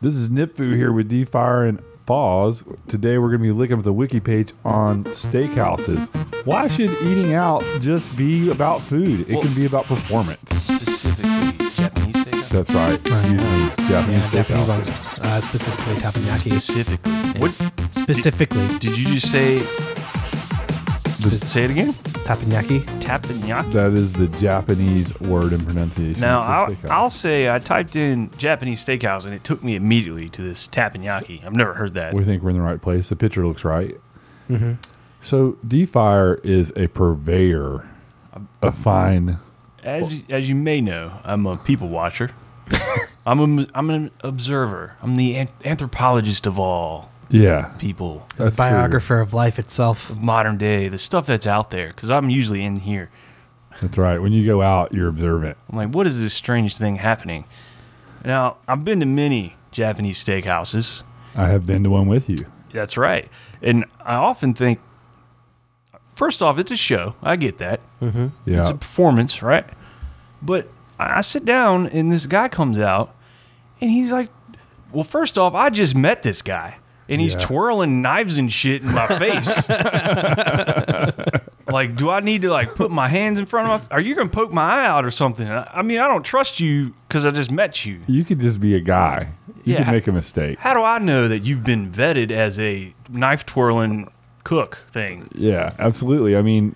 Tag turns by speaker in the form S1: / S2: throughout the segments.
S1: This is Nipfu here with D Fire and Foz. Today we're going to be looking at the wiki page on steakhouses. Why should eating out just be about food? It can be about performance.
S2: Specifically, Japanese steakhouse.
S1: That's right. It's usually Japanese
S3: Japanese ones,
S1: steakhouses.
S3: uh, specifically tapenaki.
S2: Specifically. What
S3: Specifically
S2: did you just say?
S1: This-
S2: Say it again.
S3: tapenaki.
S2: Teppanyaki.
S1: That is the Japanese word and pronunciation.
S2: Now
S1: for
S2: I'll,
S1: steakhouse.
S2: I'll say I typed in Japanese steakhouse and it took me immediately to this teppanyaki. I've never heard that.
S1: we think we're in the right place. The picture looks right. So DFire is a purveyor of fine.
S2: As you, as you may know, I'm a people watcher. I'm a, I'm an observer. I'm the an- anthropologist of all
S1: Yeah,
S2: people
S1: that's true.
S3: Biographer of life itself.
S2: of modern day, the stuff that's out there. Because I'm usually in here.
S1: That's right. When you go out, you're observant.
S2: I'm like, what is this strange thing happening? Now I've been to many Japanese steakhouses.
S1: I have been to one with you.
S2: That's right. And I often think, first off, it's a show. I get that. It's
S1: Yeah,
S2: a performance, right? But I I sit down and this guy comes out and he's like, well, first off, I just met this guy and he's
S1: Yeah.
S2: twirling knives and shit in my face. like, do I need to like put my hands in front of my? Are you gonna poke my eye out or something? I I mean, I don't trust you because I just met you.
S1: you could just be a guy. You
S2: Yeah.
S1: could make a mistake.
S2: How do I know that you've been vetted as a knife twirling cook thing?
S1: Yeah, absolutely. I mean,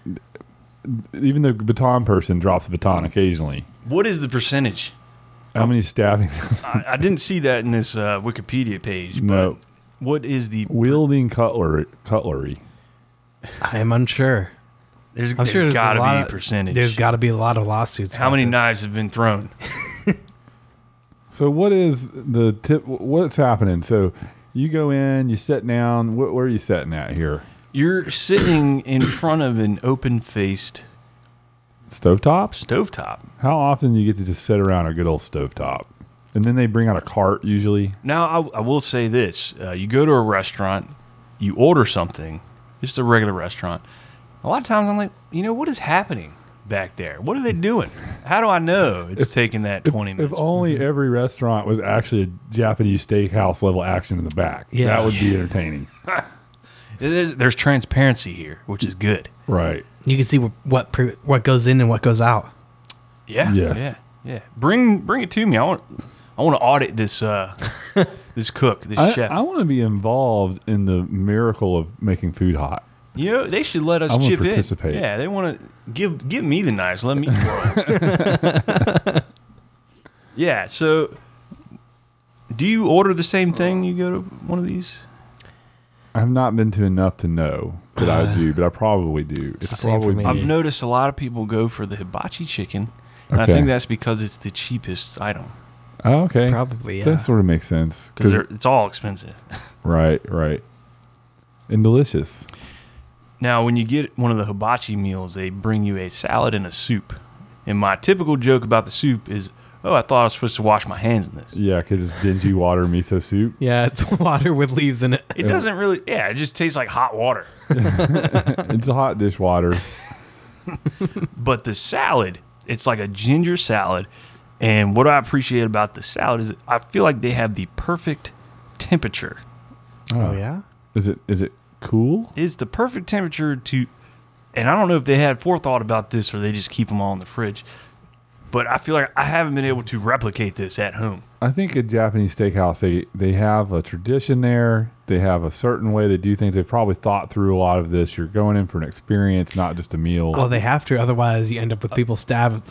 S1: even the baton person drops a baton occasionally.
S2: What is the percentage?
S1: How many stabbings?
S2: I, I didn't see that in this uh, Wikipedia page.
S1: no,
S2: But what is the?
S1: wielding cutlery. Cutlery.
S3: I am unsure.
S2: There's,
S3: I'm
S2: there's
S3: sure there's
S2: got to
S3: a
S2: be
S3: lot
S2: a
S3: of-
S2: percentage.
S3: There's got to be a lot of lawsuits.
S2: How
S3: about
S2: many
S3: this.
S2: knives have been thrown?
S1: So what is the tip? What's happening? So you go in, you sit down. What, where are you sitting at here?
S2: You're sitting in front of an open-faced
S1: Stovetops?
S2: stovetop.
S1: How often do you get to just sit around a good old stovetop? And then they bring out a cart usually.
S2: Now, I, I will say this: uh, you go to a restaurant, you order something, just a regular restaurant. A lot of times, I'm like, you know, what is happening back there? What are they doing? How do I know it's taking that 20
S1: If
S2: minutes?
S1: only every restaurant was actually a Japanese steakhouse level action in the back.
S3: Yeah.
S1: That would be entertaining.
S2: there's, there's transparency here, which is good.
S1: right.
S3: You can see wh- what pre- what goes in and what goes out.
S2: Yeah.
S1: Yes.
S2: Yeah. Yeah. Bring bring it to me. I want I want to audit this uh this cook, this
S1: I,
S2: chef.
S1: I want to be involved in the miracle of making food hot.
S2: you know, they should let us
S1: I wanna
S2: chip
S1: participate.
S2: in. Yeah, they want to give give me the knives. Let me. roll. yeah. So, do you order the same thing? You go to one of these.
S1: I've not been to enough to know that I do, but I probably do. It's,
S3: the same for
S1: probably
S3: me.
S2: I've
S3: Yeah.
S2: noticed a lot of people go for the hibachi chicken, and
S1: Okay.
S2: I think that's because it's the cheapest item
S1: Oh, okay.
S3: Probably, yeah.
S1: That sort of makes sense.
S2: because it's all expensive.
S1: Right, right. And delicious.
S2: Now, when you get one of the hibachi meals, they bring you a salad and a soup. And my typical joke about the soup is, "Oh, I thought I was supposed to wash my hands in this."
S1: Yeah, because it's dingy water miso soup.
S3: Yeah, it's water with leaves in it.
S2: It doesn't really. Yeah, it just tastes like hot water.
S1: It's a hot dish water.
S2: But the salad, it's like a ginger salad. And what I appreciate about the salad is I feel like they have the perfect temperature.
S3: Oh yeah.
S1: Is it is it cool?
S2: It's the perfect temperature to, and I don't know if they had forethought about this or they just keep them all in the fridge. But I feel like I haven't been able to replicate this at home.
S1: I think a Japanese steakhouse they they have a tradition there. They have a certain way they do things. They've probably thought through a lot of this. You're going in for an experience, not just a meal.
S3: Well, they have to, otherwise you end
S1: Uh,
S3: up with people stabbed.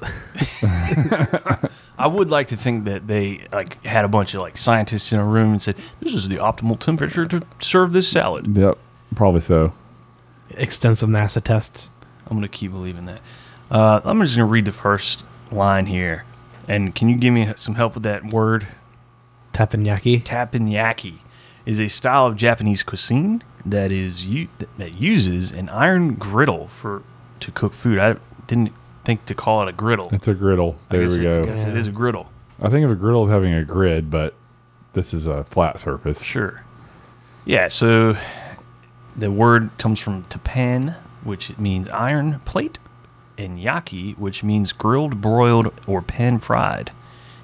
S2: I would like to think that they like had a bunch of like scientists in a room and said, "This is the optimal temperature to serve this salad."
S1: yep, probably so.
S3: Extensive NASA tests.
S2: I'm gonna keep believing that. Uh, I'm just gonna read the first line here, and can you give me some help with that word?
S3: Tapenaki.
S2: Teppanyaki is a style of Japanese cuisine that is u- that uses an iron griddle for to cook food. I didn't think to call it a griddle.
S1: It's a griddle.
S2: I
S1: There
S2: guess
S1: we
S2: it-
S1: go.
S2: I guess it is a griddle.
S1: I think of a griddle as having a grid, but this is a flat surface.
S2: Sure. Yeah, so the word comes from tapan, which means iron plate, and yaki, which means grilled, broiled, or pan fried.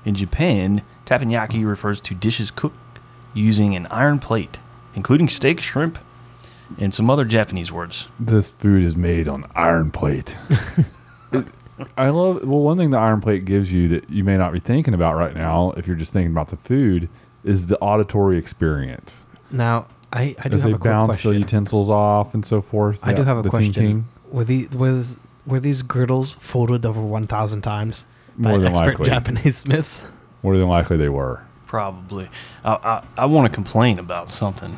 S2: In Japan, teppanyaki refers to dishes cooked using an iron plate, including steak, shrimp, and some other Japanese words.
S1: This food is made on iron plate. I love well one thing the iron plate gives you that you may not be thinking about right now if you're just thinking about the food is the auditory experience.
S3: Now, I, I do
S1: As
S3: have
S1: they
S3: a quick
S1: bounce the
S3: question.
S1: utensils off and so forth.
S3: I do
S1: Yeah,
S3: have a
S1: the
S3: question.
S1: ting-ting.
S3: Were these was were these girdles folded over one thousand times
S1: More
S3: by
S1: than
S3: expert
S1: likely.
S3: Japanese smiths?
S1: More than likely they were.
S2: Probably. I, I, I want to complain about something.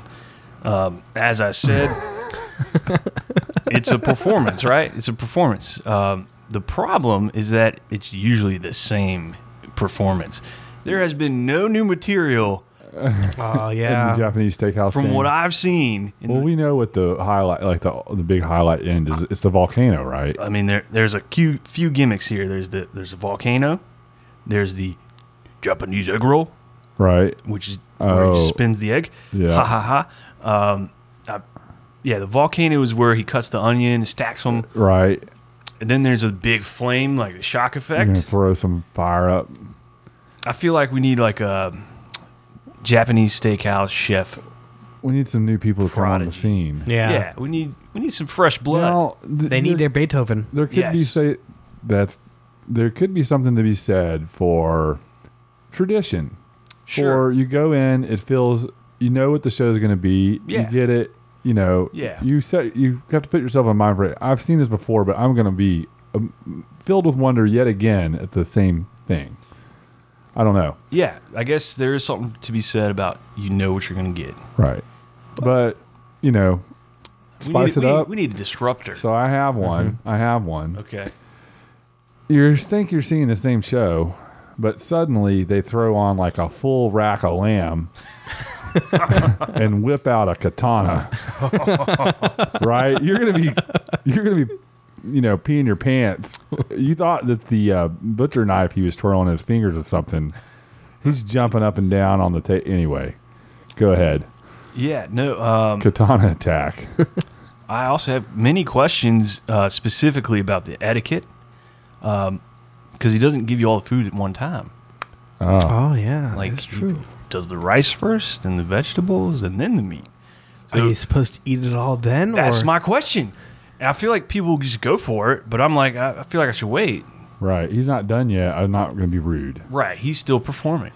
S2: Um, as I said, it's a performance, right? It's a performance. Um, the problem is that it's usually the same performance. There has been no new material
S3: Oh
S1: In the Japanese steakhouse.
S2: from
S1: game.
S2: what I've seen. in
S1: Well,
S2: the-
S1: we know what the highlight, like the the big highlight end is. It's the volcano, right?
S2: I mean, there, there's a few, few gimmicks here. There's the there's a volcano. There's the Japanese egg roll,
S1: Right.
S2: which is where he just
S1: Oh.
S2: spins the egg.
S1: Yeah.
S2: Ha ha ha. Um, I, yeah, the volcano is where he cuts the onion, and stacks them,
S1: Right.
S2: and then there's a big flame, like the shock
S1: You're
S2: effect.
S1: gonna throw some fire up.
S2: I feel like we need like a Japanese steakhouse chef.
S1: We need some new people to come on the
S2: Prodigy.
S1: scene.
S3: yeah.
S2: yeah, we need we need some fresh blood.
S1: Now, th-
S3: They need
S1: there,
S3: their Beethoven.
S1: there could be
S2: Yes.
S1: say that's there could be something to be said for tradition.
S2: sure.
S1: Or you go in, it feels you know what the show's going to be.
S2: Yeah.
S1: You get it. You know.
S2: Yeah.
S1: You set you have to put yourself in mind for it. I've seen this before, but I'm going to be um, filled with wonder yet again at the same thing. I don't know.
S2: Yeah, I guess there is something to be said about you know what you're going to get.
S1: Right. But you know,
S2: We
S1: Spice
S2: need,
S1: it
S2: we,
S1: up.
S2: Need, we need a disruptor.
S1: so I have one.
S2: Mm-hmm.
S1: I have one.
S2: okay.
S1: you think you're seeing the same show, but suddenly they throw on like a full rack of lamb and whip out a katana. right? You're gonna be, you're gonna be, you know, peeing your pants. You thought that the uh, butcher knife he was twirling in his fingers or something. He's jumping up and down on the ta Anyway, go ahead.
S2: Yeah. No. Um,
S1: Katana attack.
S2: I also have many questions uh, specifically about the etiquette, because he doesn't give you all the food at one time.
S3: Oh yeah,
S2: Like,
S3: that's
S2: he
S3: true.
S2: does the rice first, and the vegetables, and then the meat.
S3: Are you supposed to eat it all then?
S2: That's
S3: or?
S2: my question. And I feel like people just go for it, but I'm like, I, I feel like I should wait.
S1: right. He's not done yet. I'm not gonna be rude.
S2: Right. He's still performing.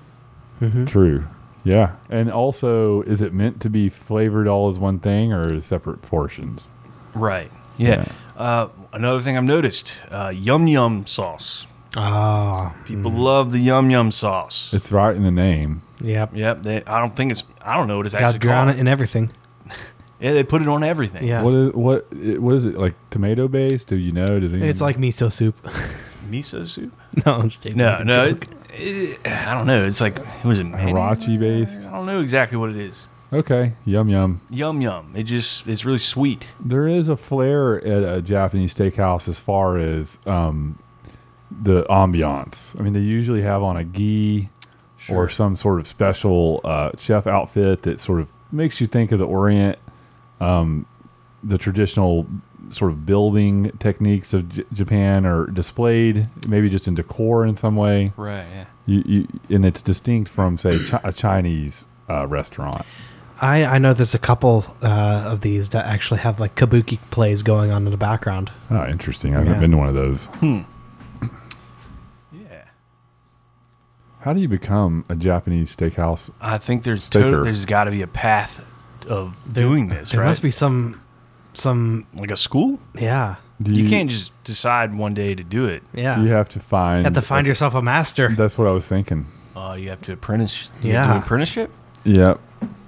S1: True. Yeah. And also, is it meant to be flavored all as one thing or as separate portions?
S2: Right. Yeah. Uh, another thing I've noticed: uh, yum yum sauce.
S3: Oh,
S2: People love the yum yum sauce.
S1: It's right in the name.
S3: yep.
S2: Yep. They, I don't think it's. I don't know what it's
S3: Got to
S2: actually
S3: drown
S2: called.
S3: it in everything.
S2: Yeah, they put it on everything.
S3: Yeah.
S1: What is what it- what is it like tomato based? Do you know? Does anyone-
S3: It's like miso soup.
S2: Miso soup.
S3: no, I'm just kidding.
S2: No,
S3: I'm
S2: no,
S3: joking.
S2: it, it, I don't know. It's like it was a mayonnaise?
S1: Hirachi based.
S2: I don't know exactly what it is.
S1: Okay, yum yum.
S2: Yum yum. It just it's really sweet.
S1: There is a flair at a Japanese steakhouse as far as um, the ambiance. I mean, they usually have on a gi or some sort of special uh, chef outfit that sort of makes you think of the Orient, um, the traditional sort of building techniques of J- Japan are displayed, maybe just in decor in some way.
S2: Right. Yeah.
S1: You, you, and it's distinct from, say, chi- a Chinese uh, restaurant.
S3: I I know there's a couple uh, of these that actually have like kabuki plays going on in the background.
S1: Oh, interesting. I haven't
S3: Yeah.
S1: been to one of those.
S2: Yeah.
S1: How do you become a Japanese steakhouse?
S2: I think there's
S1: Thicker.
S2: to, there's got to be a path of doing this,
S3: There
S2: right?
S3: must be some some
S2: like a school.
S3: yeah
S1: Do
S2: You, can't just decide one day to do it.
S3: yeah.
S1: Do you have to find?
S3: You have to find yourself a master.
S1: That's what I was thinking.
S2: Uh, you have to apprentice. you have to do
S3: Yeah.
S2: apprenticeship.
S1: Yeah,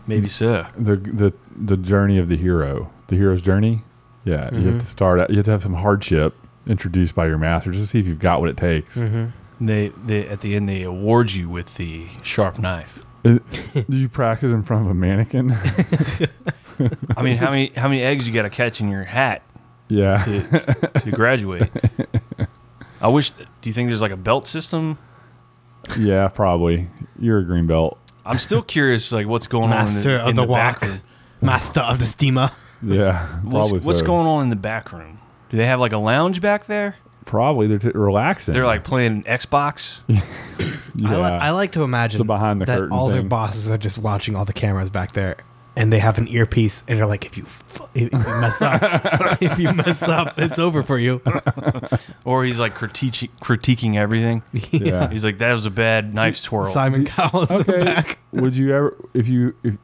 S2: Maybe so.
S1: the the the journey of the hero, the hero's journey. Yeah, you have to start. At, you have to have some hardship introduced by your master just to see if you've got what it takes.
S3: Mm-hmm.
S2: They they at the end they award you with the sharp knife.
S1: It- do you practice in front of a mannequin?
S2: I mean, how many how many eggs you got to catch in your hat
S1: yeah,
S2: to, to graduate. I wish. Do you think there's like a belt system?
S1: yeah, probably. You're a green belt.
S2: I'm still curious, like what's going
S3: Master
S2: on in the,
S3: of
S2: in
S3: the,
S2: back
S3: walk,
S2: room.
S3: master of the steamer.
S1: Yeah,
S2: What's,
S1: probably.
S2: what's
S1: so.
S2: going on in the back room? Do they have like a lounge back there?
S1: Probably they're t- relaxing.
S2: They're like playing Xbox.
S1: yeah.
S3: I, li- I like to imagine
S1: It's a behind the
S3: that
S1: curtain
S3: all their
S1: thing.
S3: bosses are just watching all the cameras back there, and they have an earpiece, and they're like, "If you, f- if you mess up, if you mess up, it's over for you."
S2: Or he's like critiquing, critiquing everything.
S1: Yeah.
S2: He's like, that was a bad knife twirl.
S3: Simon Cowell's in the
S1: okay.
S3: back.
S1: would you ever if you if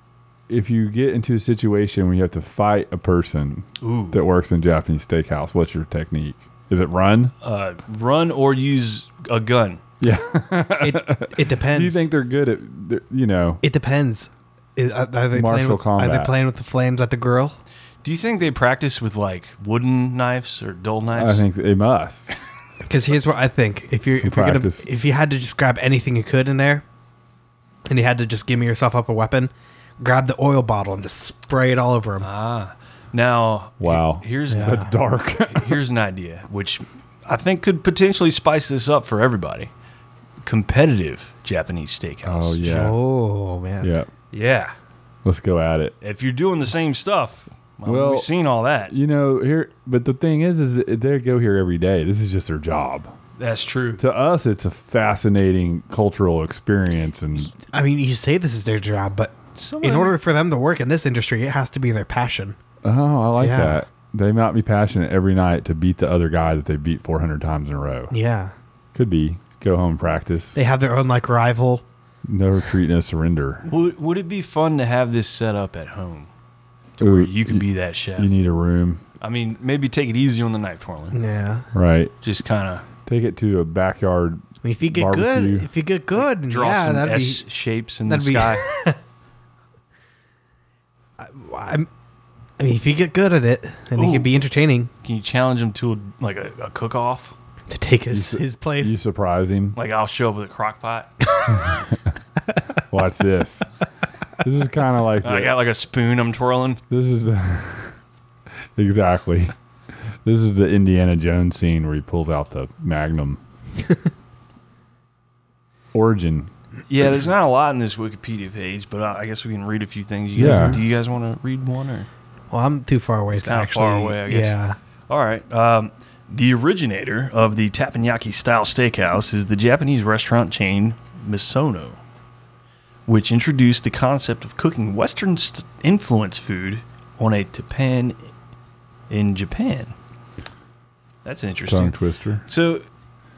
S1: if you get into a situation where you have to fight a person
S2: Ooh.
S1: that works in Japanese steakhouse, what's your technique? Is it run?
S2: Uh, run or use a gun.
S1: Yeah.
S3: It, it depends.
S1: Do you think they're good at they're- you know?
S3: it depends? Is, are, are they playing
S1: Martial
S3: with, Are they
S1: combat.
S3: playing with the flames at the grill?
S2: Do you think they practice with like wooden knives or dull
S1: I
S2: knives?
S1: think they must.
S3: Because here's what I think: if you're
S1: Some
S3: if you're gonna,
S1: practice.
S3: if you had to just grab anything you could in there, and you had to just give me yourself up a weapon, grab the oil bottle and just spray it all over him.
S2: ah. Now,
S1: Wow.
S2: here's
S3: Yeah.
S1: That's dark.
S2: here's an idea which I think could potentially spice this up for everybody. Competitive Japanese steakhouse.
S1: oh yeah.
S3: Oh man!
S1: Yeah.
S2: Yeah.
S1: Let's go at it.
S2: If you're doing the same stuff, well,
S1: Well,
S2: we've seen all that.
S1: You know, here but the thing is is they go here every day. This is just their job.
S2: That's true.
S1: To us it's a fascinating cultural experience and
S3: I mean, you say this is their job, but
S2: Some
S3: in
S2: of-
S3: order for them to work in this industry, it has to be their passion.
S1: Oh, I like
S3: Yeah.
S1: that. They might be passionate every night to beat the other guy that they beat 400 times in a row.
S3: Yeah,
S1: Could be go home practice.
S3: they have their own like rival.
S1: No retreat, no surrender.
S2: Would, would it be fun to have this set up at home?
S1: Ooh,
S2: You could be that chef.
S1: You need a room,
S2: I mean, maybe take it easy on the knife twirling.
S3: Yeah,
S1: right?
S2: Just kind of
S1: Take it to a backyard.
S3: I mean, if you get
S1: Barbecue.
S3: good, if you get good,
S2: draw
S3: yeah,
S2: some
S3: that'd
S2: S shapes in the
S3: that'd be-
S2: sky.
S3: be. I'm, I mean, if you get good at it, and it
S2: Ooh.
S3: can be entertaining
S2: Can you challenge him to like a, a cook off?
S3: to take his,
S1: su-
S3: his place.
S1: You surprise him.
S2: Like I'll show up with a crock pot.
S1: Watch this. this is kind of like
S2: I
S1: the-
S2: got like a spoon I'm twirling.
S1: this is the exactly. This is the Indiana Jones scene where he pulls out the Magnum. Origin.
S2: Yeah, there's not a lot in this Wikipedia page, but I, I guess we can read a few things. You guys,
S1: Yeah.
S2: do you guys want to read one or?
S3: well, I'm too far away.
S2: It's
S3: to
S2: kinda
S3: actually,
S2: far away, I guess.
S3: Yeah,
S2: All right. Um, the originator of the teppanyaki style steakhouse is the Japanese restaurant chain Misono, which introduced the concept of cooking Western st- influence food on a teppan in Japan. That's
S1: Tongue
S2: interesting.
S1: twister.
S2: So,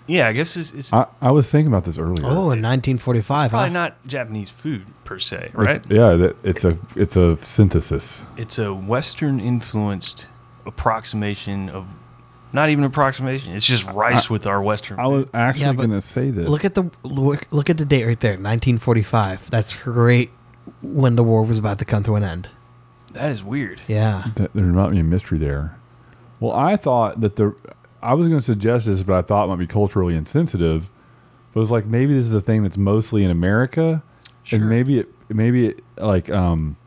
S2: yeah, I guess it's, it's,
S1: I, I was thinking about this earlier.
S3: Oh, in 1945.
S2: it's probably
S3: huh?
S2: not Japanese food per se,
S1: It's-
S2: right?
S1: yeah, that, it's a it's a synthesis.
S2: It's a Western influenced approximation of. Not even approximation. It's just rice with our Western.
S1: I was actually
S3: Yeah, but
S1: going to say this.
S3: Look at the look, look at the date right there, 1945. That's great when the war was about to come to an end.
S2: That is weird.
S3: Yeah.
S1: Th- there might be a mystery there. Well, I thought that the I was going to suggest this, but I thought it might be culturally insensitive. But it's like maybe this is a thing that's mostly in America,
S2: Sure.
S1: and maybe it maybe it like um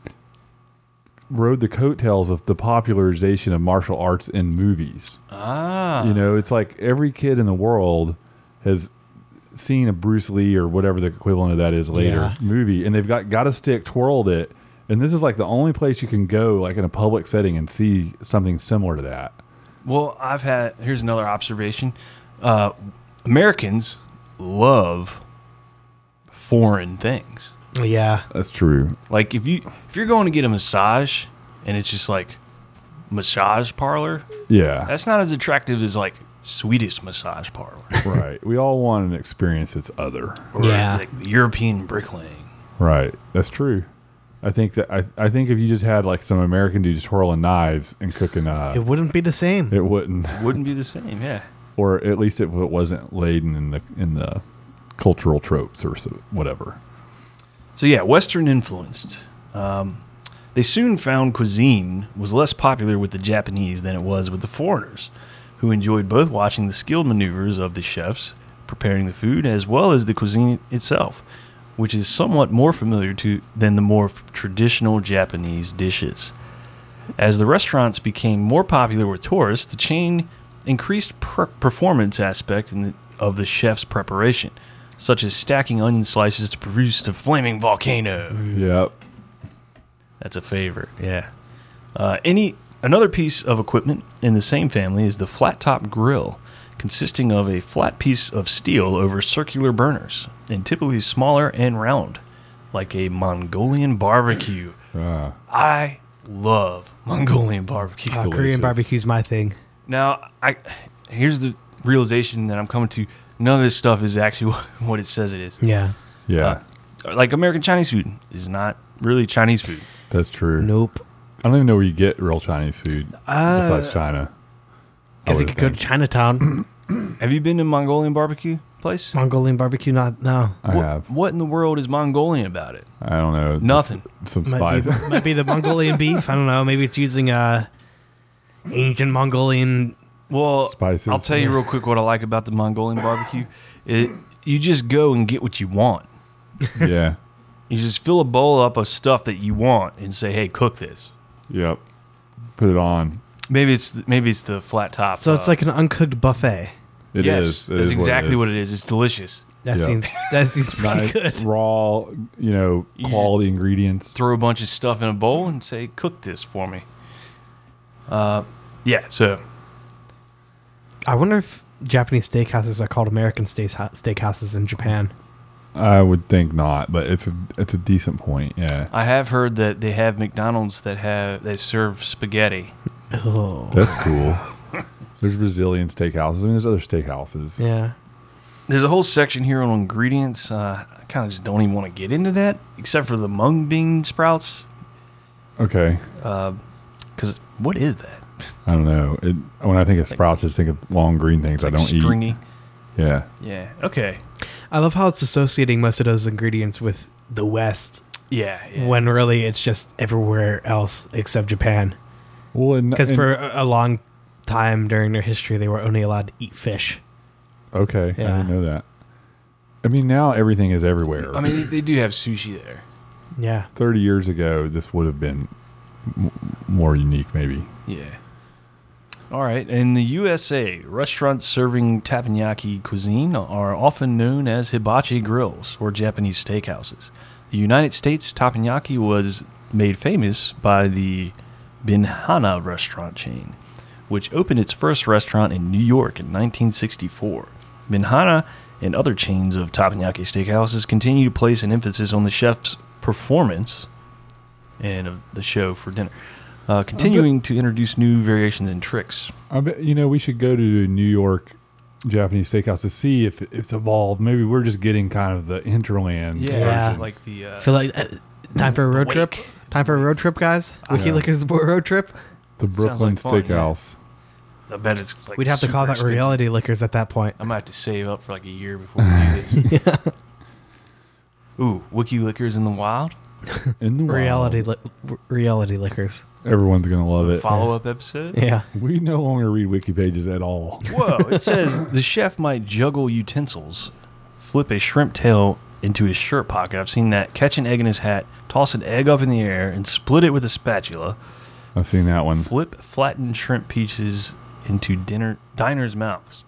S1: rode the coattails of the popularization of martial arts in movies.
S2: Ah.
S3: Uh-huh.
S1: You know, it's like every kid in the world has seen a Bruce Lee or whatever the equivalent of that is later
S3: Yeah.
S1: movie, and they've got got a stick twirled it, and this is like the only place you can go, like in a public setting, and see something similar to that.
S2: Well, I've had. Here's another observation. Uh, Americans love foreign things.
S3: Yeah.
S1: That's true.
S2: Like if you if you're going to get a massage and it's just like massage parlor,
S1: Yeah,
S2: that's not as attractive as like Swedish massage parlor
S1: right. We all want an experience that's other.
S2: or
S3: Yeah.
S2: like European bricklaying.
S1: Right. That's true. I think that I, I think if you just had like some American dude just twirling knives and cooking,
S3: It
S1: uh,
S3: wouldn't be the same.
S1: it wouldn't,
S2: Wouldn't be the same. Yeah.
S1: or at least if it wasn't laden in the in the cultural tropes or so, whatever.
S2: So yeah, Western influenced. Um, they soon found cuisine was less popular with the Japanese than it was with the foreigners, who enjoyed both watching the skilled maneuvers of the chefs preparing the food as well as the cuisine itself, which is somewhat more familiar to than the more f- traditional Japanese dishes. As the restaurants became more popular with tourists, the chain increased per- performance aspect in the, of the chef's preparation, such as stacking onion slices to produce a flaming volcano.
S1: Yep.
S2: That's a favorite, yeah. Uh, any another piece of equipment in the same family is the flat top grill, consisting of a flat piece of steel over circular burners, and typically smaller and round, like a Mongolian barbecue.
S1: Ah,
S2: I love Mongolian barbecue.
S3: Uh, Korean
S1: Delicious.
S3: barbecue's my thing.
S2: Now, I here's the realization that I'm coming to. None of this stuff is actually what it says it is.
S3: Yeah.
S1: Yeah,
S2: Uh, Like American Chinese food is not really Chinese food.
S1: that's true.
S3: Nope.
S1: I don't even know where you get real Chinese food
S2: Uh,
S1: besides China. I
S3: Because you
S1: would've
S3: could go to
S1: think.
S3: Chinatown,
S2: Have you been to Mongolian barbecue place?
S3: Mongolian barbecue. Not no.
S1: I
S2: what,
S1: have.
S2: What in the world is Mongolian about it?
S1: I don't know. just
S2: Nothing.
S1: Some
S3: Might
S1: spice.
S3: be, might be the Mongolian beef. I don't know. Maybe it's using uh, ancient Mongolian.
S2: Well,
S1: Spices.
S2: I'll tell you real quick what I like about the Mongolian barbecue. It, you just go and get what you want.
S1: yeah.
S2: You just fill a bowl up of stuff that you want and say, "Hey, cook this."
S1: Yep. Put it on.
S2: Maybe it's the, maybe it's the flat top.
S3: So it's
S2: uh,
S3: like an uncooked buffet.
S1: It is.
S2: yes,
S1: It
S2: that's
S1: is
S2: exactly what it, is. It's delicious.
S3: That
S1: Yeah.
S3: seems that seems pretty
S1: Nice,
S3: good.
S1: raw, you know,
S2: You-
S1: quality ingredients.
S2: Throw a bunch of stuff in a bowl and say, "Cook this for me." Uh, yeah. So
S3: I wonder if Japanese steakhouses are called American steaks- steakhouses in Japan.
S1: I would think not, but it's a it's a decent point. Yeah,
S2: I have heard that they have McDonald's that have that serve spaghetti.
S3: Oh,
S1: that's cool. There's Brazilian steakhouses. I mean, there's other steakhouses.
S3: yeah.
S2: There's a whole section here on ingredients. Uh, I kind of just don't even want to get into that, except for the mung bean sprouts.
S1: Okay.
S2: Because what is that?
S1: I don't know. It, when I think of sprouts, I just think of long green things I don't
S2: stringy.
S1: eat. Yeah.
S2: Yeah. Okay.
S3: I love how it's associating most of those ingredients with the West,
S2: Yeah. yeah.
S3: when really it's just everywhere else except Japan.
S1: Well, and,
S3: Because
S1: and-
S3: for a a long time during their history, they were only allowed to eat fish.
S1: okay, I
S3: Yeah.
S1: didn't know that. I mean, now everything is everywhere.
S2: I mean, they- they do have sushi there.
S3: Yeah.
S1: thirty years ago, this would have been m- more unique, maybe.
S2: Yeah. All right. In the USA, restaurants serving teppanyaki cuisine are often known as hibachi grills or Japanese steakhouses. The United States, teppanyaki was made famous by the Binhana restaurant chain, which opened its first restaurant in New York in 1964. Binhana and other chains of teppanyaki steakhouses continue to place an emphasis on the chef's performance and of the show for dinner. Uh, continuing to introduce new variations and tricks.
S1: I bet, you know we should go to a New York Japanese steakhouse to see if it's evolved. Maybe we're just getting kind of the hinterland.
S3: Yeah.
S1: version.
S2: like the uh,
S3: Feel like uh, time for a road trip.
S2: wake.
S3: Time for a road trip, guys. Wiki
S1: Yeah.
S3: Liquors road trip.
S1: the Brooklyn
S2: like fun,
S1: Steakhouse.
S2: I bet it's like
S3: We'd have to
S2: super
S3: call that
S2: expensive.
S3: reality liquors at that point.
S2: I might have to save up for like a year before we do this. Ooh, Wiki Liquors in the Wild
S1: In the wild.
S3: Reality, li- r- reality liquors.
S1: everyone's gonna love it.
S2: follow up episode.
S3: Yeah.
S1: We no longer read wiki pages at all.
S2: Whoa! It says the chef might juggle utensils, flip a shrimp tail into his shirt pocket. I've seen that. Catch an egg in his hat, toss an egg up in the air, and split it with a spatula.
S1: I've seen that one.
S2: Flip flattened shrimp pieces into dinner diners' mouths.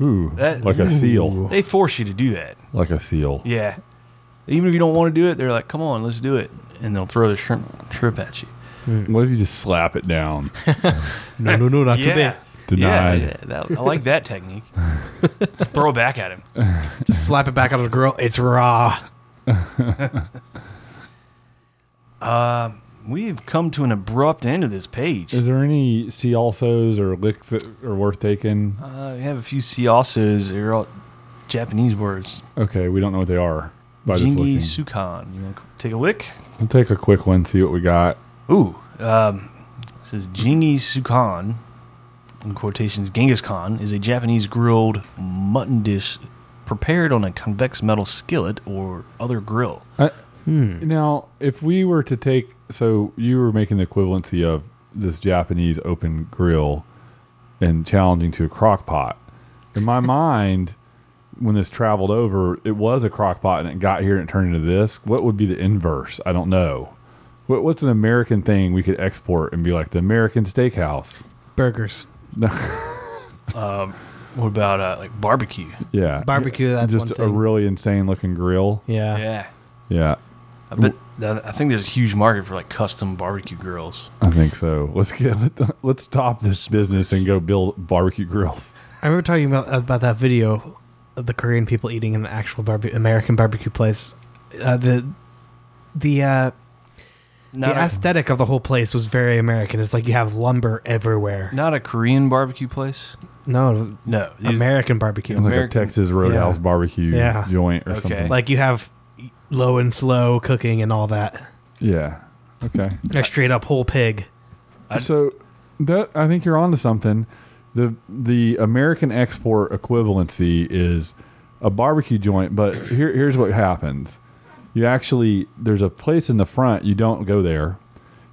S1: Ooh,
S2: That-
S1: like a seal,
S2: They force you to do that.
S1: like a seal.
S2: Yeah. Even if you don't want to do it, they're like, "Come on, let's do it," and they'll throw the shrimp shrimp at you.
S1: What if you just slap it down?
S3: No, no, no, not
S2: yeah.
S3: today.
S1: Denied.
S2: Yeah, that- I like that technique. Just throw it back at him.
S3: Just slap it back out of the grill. It's raw.
S2: We've come to an abrupt end of this page.
S1: Is there any see alsos or licks that are worth taking?
S2: Uh, we have a few sea alsos. They're all Japanese words.
S1: Okay, we don't know what they are by just
S2: Jingi
S1: looking.
S2: sukan. You want to take a lick?
S1: We'll take a quick one, see what we got.
S2: Ooh. Um, it says Jingi sukan, in quotations, Genghis Khan, is a Japanese grilled mutton dish prepared on a convex metal skillet or other grill.
S1: I, Now, if we were to take, so you were making the equivalency of this Japanese open grill and challenging to a crock pot. In my mind, when this traveled over, it was a crock pot and it got here and it turned into this. What would be the inverse? I don't know. What, what's an American thing we could export and be like the American steakhouse?
S3: Burgers.
S2: What about uh, like barbecue?
S1: Yeah.
S3: Barbecue, that's
S1: Just
S3: one
S1: a
S3: thing.
S1: really insane looking grill.
S3: Yeah.
S2: Yeah.
S1: Yeah.
S2: I bet that, I think there's a huge market for like custom barbecue grills.
S1: I think so. Let's get let, let's stop this business and go build barbecue grills.
S3: I remember talking about about that video of the Korean people eating in an actual barbe- American barbecue place. Uh, the the uh,
S2: Not,
S3: the
S2: a,
S3: aesthetic of the whole place was very American. It's like you have lumber everywhere.
S2: not a Korean barbecue place.
S3: No,
S2: No, these-
S3: American barbecue.
S1: Like
S2: American-
S1: a Texas Roadhouse
S3: Yeah.
S1: barbecue
S3: Yeah.
S1: joint or
S2: Okay.
S1: something.
S3: Like you have low and slow cooking and all that.
S1: yeah. Okay.
S3: Like straight up whole pig.
S2: I-
S1: so that I think you're onto something. The the American export equivalency is a barbecue joint, but here here's what happens. You actually there's a place in the front, you don't go there.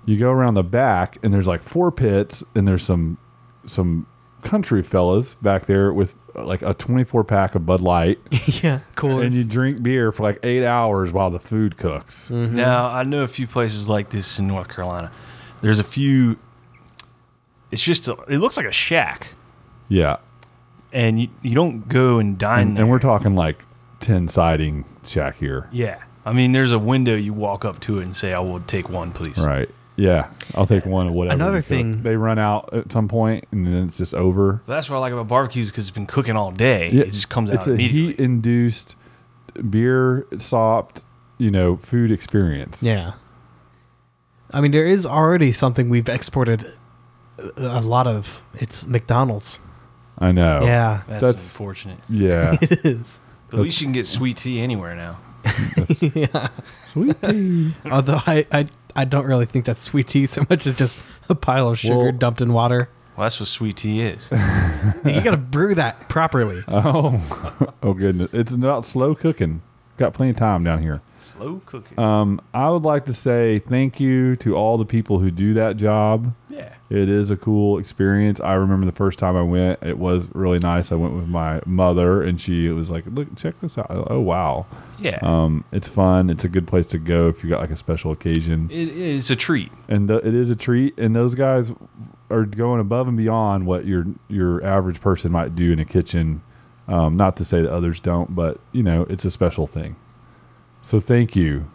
S1: You go around the back and there's like four pits and there's some some country fellas back there with uh, like a 24 pack of Bud Light
S3: yeah, cool.
S1: and you drink beer for like 8 hours while the food cooks.
S2: Now I know a few places like this in North Carolina. There's a few. It's just a, it looks like a shack,
S1: Yeah.
S2: and you, you don't go and dine
S1: And,
S2: there.
S1: and we're talking like 10 siding shack here.
S2: yeah. I mean, there's a window you walk up to it and say, "I will take one, please."
S1: Right. Yeah. I'll take one of whatever.
S3: Another
S1: they cook.
S3: thing-
S1: They run out at some point and then it's just over.
S2: But that's what I like about barbecues because it's been cooking all day. It just comes out.
S1: It's a
S2: immediately.
S1: heat induced, beer sopped, you know, food experience.
S3: yeah. I mean, there is already something we've exported a- a lot of. It's McDonald's.
S1: I know.
S3: Oh. Yeah,
S2: That's,
S1: That's-
S2: unfortunate.
S1: Yeah.
S3: it is.
S2: But at least you can get sweet tea anywhere now.
S3: yeah.
S1: Sweet tea.
S3: Although I, I I don't really think that's sweet tea so much as just a pile of sugar
S1: Well-
S3: dumped in water.
S2: Well, that's what sweet tea is.
S3: You gotta brew that properly.
S1: Oh, oh goodness. It's about slow cooking. Got plenty of time down here.
S2: Slow cooking.
S1: Um, I would like to say thank you to all the people who do that job.
S2: yeah.
S1: It is a cool experience. I remember the first time I went, it was really nice. I went with my mother, and she was like, "Look, check this out! Oh wow,
S2: Yeah.
S1: um, it's fun. It's a good place to go if you got like a special occasion,
S2: it is a treat.
S1: and th- it is a treat. And those guys are going above and beyond what your your average person might do in a kitchen. Um, not to say that others don't, but you know, it's a special thing. So thank you,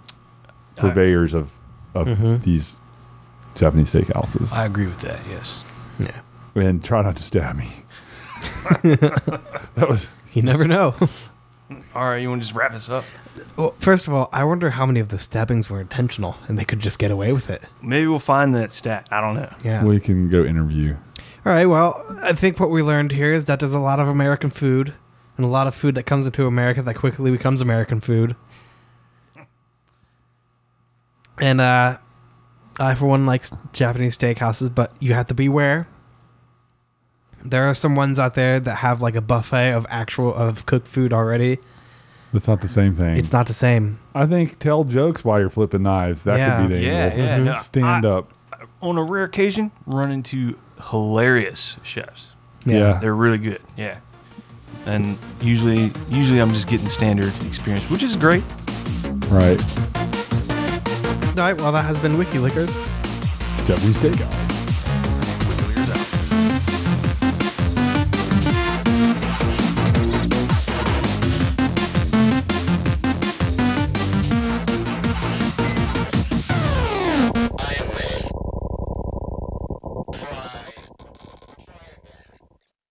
S1: purveyors of of these Japanese steakhouses,
S2: I agree with that. Yes.
S3: Yeah.
S1: and try not to stab me. that was
S3: You never know.
S2: All right, you want to just wrap this up?
S3: well, first of all, I wonder how many of the stabbings were intentional and they could just get away with it.
S2: Maybe we'll find that stat. I don't know.
S3: Yeah.
S1: we can go interview.
S3: All right. Well, I think what we learned here is that there's a lot of American food and a lot of food that comes into America that quickly becomes American food. And uh, I, for one, likes Japanese steakhouses, but you have to beware. There are some ones out there that have like a buffet of actual of cooked food already.
S1: That's not the same thing.
S3: It's not the same.
S1: I think tell jokes while you're flipping knives. That could be the
S2: Yeah. Yeah,
S1: angle. Mm-hmm.
S2: yeah, no,
S1: Stand
S2: I-
S1: up.
S2: On a rare occasion, run into hilarious chefs.
S1: Yeah.
S2: They're really good. Yeah. And usually, usually I'm just getting standard experience, which is great.
S1: Right.
S3: All right. Well, that has been Wiki Lickers.
S1: Japanese steakhouse.
S2: Weird.